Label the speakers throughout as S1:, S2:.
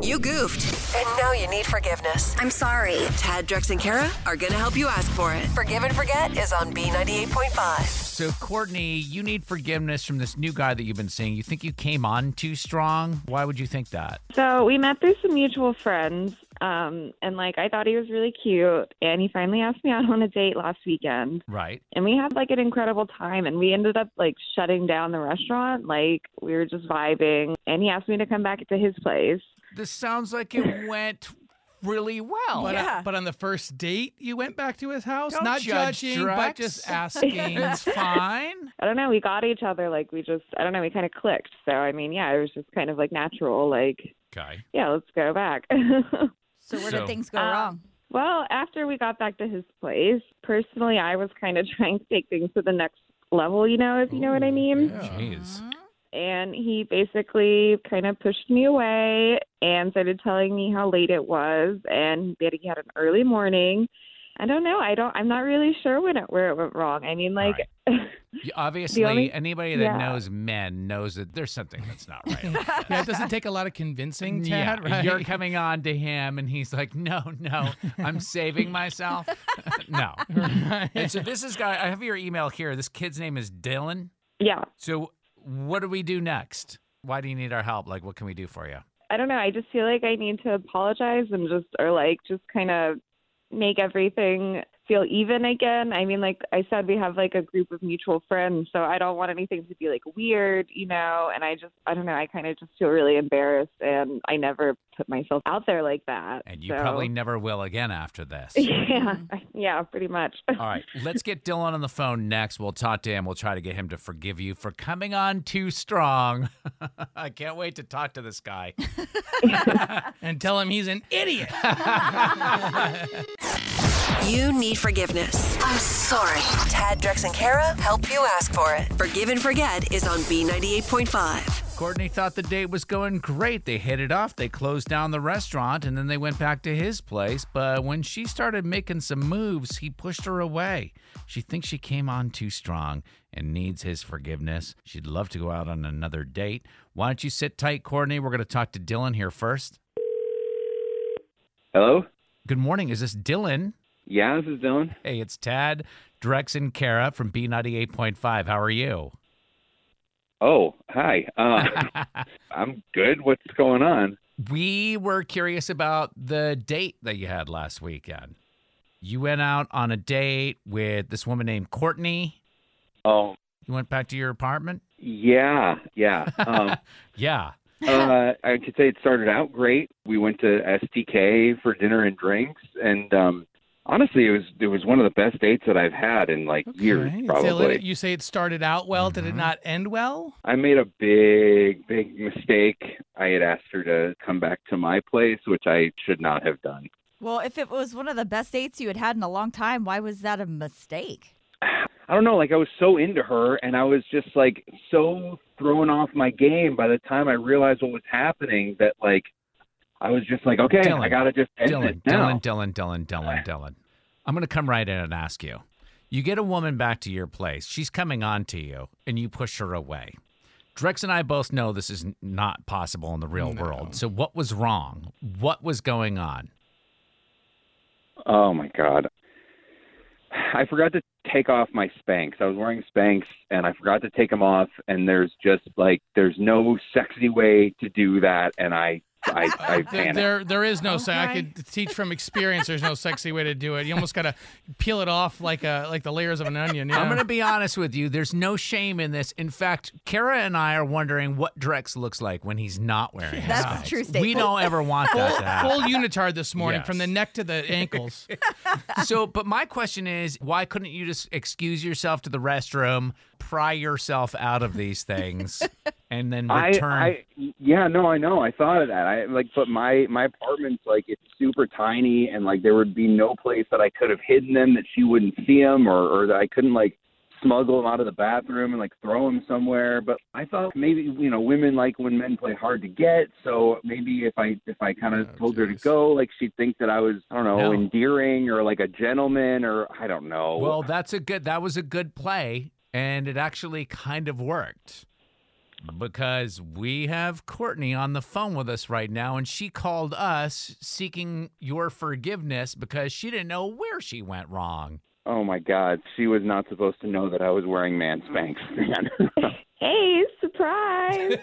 S1: You goofed.
S2: And now you need forgiveness.
S1: I'm sorry. Tad, Drex, and Kara are going to help you ask for it.
S2: Forgive and Forget is on B98.5.
S3: So, Courtney, you need forgiveness from this new guy that you've been seeing. You think you came on too strong? Why would you think that?
S4: So we met through some mutual friends, um, and like I thought he was really cute, and he finally asked me out on a date last weekend,
S3: Right.
S4: and we had like an incredible time, and we ended up like shutting down the restaurant, like we were just vibing, and he asked me to come back to his place.
S3: This sounds like it went really well.
S5: But,
S6: Yeah.
S5: but on the first date, you went back to his house,
S3: Don't
S5: not
S3: judge,
S5: judging,
S3: Drex.
S5: but just asking.
S3: It's fine.
S4: I don't know, we got each other, like we just, I don't know, we kind of clicked. So I mean, yeah, it was just kind of like natural, like
S3: Okay.
S4: yeah, let's go back.
S6: So where
S3: So-
S6: did things go
S4: Um,
S6: wrong?
S4: Well, after we got back to his place, personally, I was kind of trying to take things to the next level, you know, if you know what I mean.
S3: Jeez.
S4: And he basically kind of pushed me away and started telling me how late it was and that he had an early morning. I don't know. I don't. I'm not really sure when it, where it went wrong. I mean, like,
S3: You- Obviously,
S4: only-
S3: anybody that
S4: yeah.
S3: knows men knows that there's something that's not right.
S5: yeah, it doesn't take a lot of convincing,
S3: yeah,
S5: Tad, right?
S3: you're coming on to him, and he's like, "No, no, I'm saving myself." no. And so this is guy. I have your email here. This kid's name is Dylan.
S4: yeah.
S3: So what do we do next? Why do you need our help? Like, what can we do for you?
S4: I don't know. I just feel like I need to apologize and just, or like, just kind of make everything feel even again. I mean, like I said, we have like a group of mutual friends, so I don't want anything to be like weird, you know? And I just, I don't know. I kind of just feel really embarrassed and I never put myself out there like that.
S3: And you
S4: so-
S3: probably never will again after this.
S4: Yeah. Yeah, pretty much.
S3: All right, let's get Dylan on the phone next. We'll talk to him. We'll try to get him to forgive you for coming on too strong. I can't wait to talk to this guy.
S5: and tell him he's an idiot.
S1: You need forgiveness.
S2: I'm sorry. Tad, Drex, and Kara help you ask for it.
S1: Forgive and Forget is on B98.5.
S3: Courtney thought the date was going great. They hit it off. They closed down the restaurant and then they went back to his place. But when she started making some moves, he pushed her away. She thinks she came on too strong and needs his forgiveness. She'd love to go out on another date. Why don't you sit tight, Courtney? We're going to talk to Dylan here first.
S7: Hello?
S3: Good morning. Is this Dylan?
S7: Yeah, this is Dylan.
S3: Hey, it's Tad, Drex, and Kara from B98.5. How are you?
S7: Oh, hi. Uh, I'm good. What's going on?
S3: We were curious about the date that you had last weekend. You went out on a date with this woman named Courtney.
S7: Oh,
S3: You went back to your apartment?
S7: yeah, yeah. Um,
S3: Yeah.
S7: uh, I could say it started out great. We went to STK for dinner and drinks, and um, honestly, it was it was one of the best dates that I've had in like years,
S5: Okay, so
S7: probably.
S5: let it- you say it started out well. Did it not end well?
S7: I made a big, big mistake. I had asked her to come back to my place, which I should not have done.
S6: Well, if it was one of the best dates you had had in a long time, why was that a mistake?
S7: I don't know, like I was so into her and I was just like so thrown off my game by the time I realized what was happening that like I was just like, okay,
S3: Dylan,
S7: I gotta just end
S3: Dylan,
S7: it now.
S3: Dylan, Dylan, Dylan, Dylan, Dylan. I'm going to come right in and ask you. You get a woman back to your place, she's coming on to you, and you push her away. Drex and I both know this is n- not possible in the real world. So, what was wrong? What was going on?
S7: Oh my god, I forgot to take off my Spanx. I was wearing Spanx and I forgot to take them off. And there's just like there's no sexy way to do that, and I I I
S5: There,
S7: panicked.
S5: there, there is no. So I
S6: Okay.
S5: could teach from experience. There's no sexy way to do it. You almost gotta peel it off like a like the layers of an onion. Yeah.
S3: I'm going to be honest with you. There's no shame in this. In fact, Kara and I are wondering what Drex looks like when he's not wearing his
S6: That's a
S3: socks.
S6: true
S3: We
S6: statement.
S3: don't ever want that to happen.
S5: full unitard this morning from the
S3: Ah. Yes.
S5: neck to the ankles.
S3: So, but my question is, why couldn't you just excuse yourself to the restroom, pry yourself out of these things, and then return?
S7: I, I yeah, no, I know. I thought of that. I like but my my apartment's like it's super tiny and like there would be no place that I could have hidden them that she wouldn't see them or or that I couldn't like smuggle them out of the bathroom and like throw them somewhere but I thought maybe you know women like when men play hard to get so maybe if I if I kind of told her to go like she'd think that I was I don't know
S3: No.
S7: endearing or like a gentleman or I don't know
S3: well, that's a good. That was a good play, and it actually kind of worked. because we have Courtney on the phone with us right now, and she called us seeking your forgiveness because she didn't know where she went wrong.
S7: Oh my God, she was not supposed to know that I was wearing man spanks, man.
S4: Hey, surprise!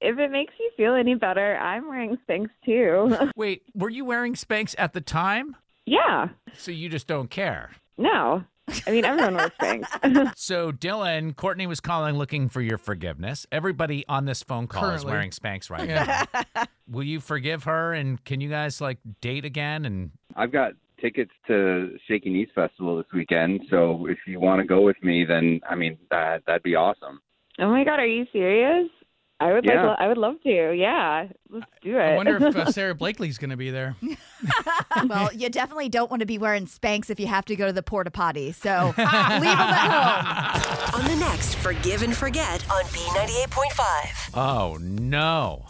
S4: if it makes you feel any better, I'm wearing Spanx too.
S3: Wait, were you wearing Spanx at the time?
S4: yeah,
S3: So you just don't care.
S4: no. I mean, everyone wears Spanx.
S3: So Dylan, Courtney was calling looking for your forgiveness. Everybody on this phone call is
S5: Currently.
S3: wearing Spanx right
S5: Yeah.
S3: now. Will you forgive her and can you guys like date again and
S7: I've got tickets to Shaky Knees Festival this weekend, so if you want to go with me, then I mean that that'd be awesome.
S4: oh my god, are you serious? I would
S7: Yeah.
S4: like. I would love to. Yeah, let's do it.
S5: I wonder if uh, Sarah Blakely's going to be there.
S6: well, you definitely don't want to be wearing Spanx if you have to go to the porta potty. So leave them at home.
S1: On the next Forgive and Forget
S2: on B98.5.
S3: Oh no.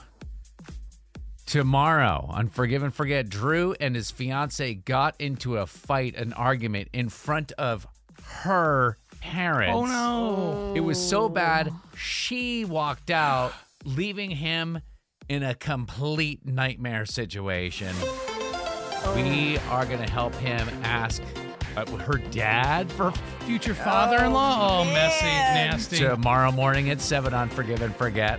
S3: Tomorrow on Forgive and Forget, Drew and his fiance got into a fight, an argument in front of her parents.
S5: Oh no!
S3: It was so bad, she walked out, leaving him in a complete nightmare situation. We are going to help him ask uh, her dad for
S5: Future father-in-law. Oh, messy, nasty.
S3: tomorrow morning at 7 on Forgive and Forget.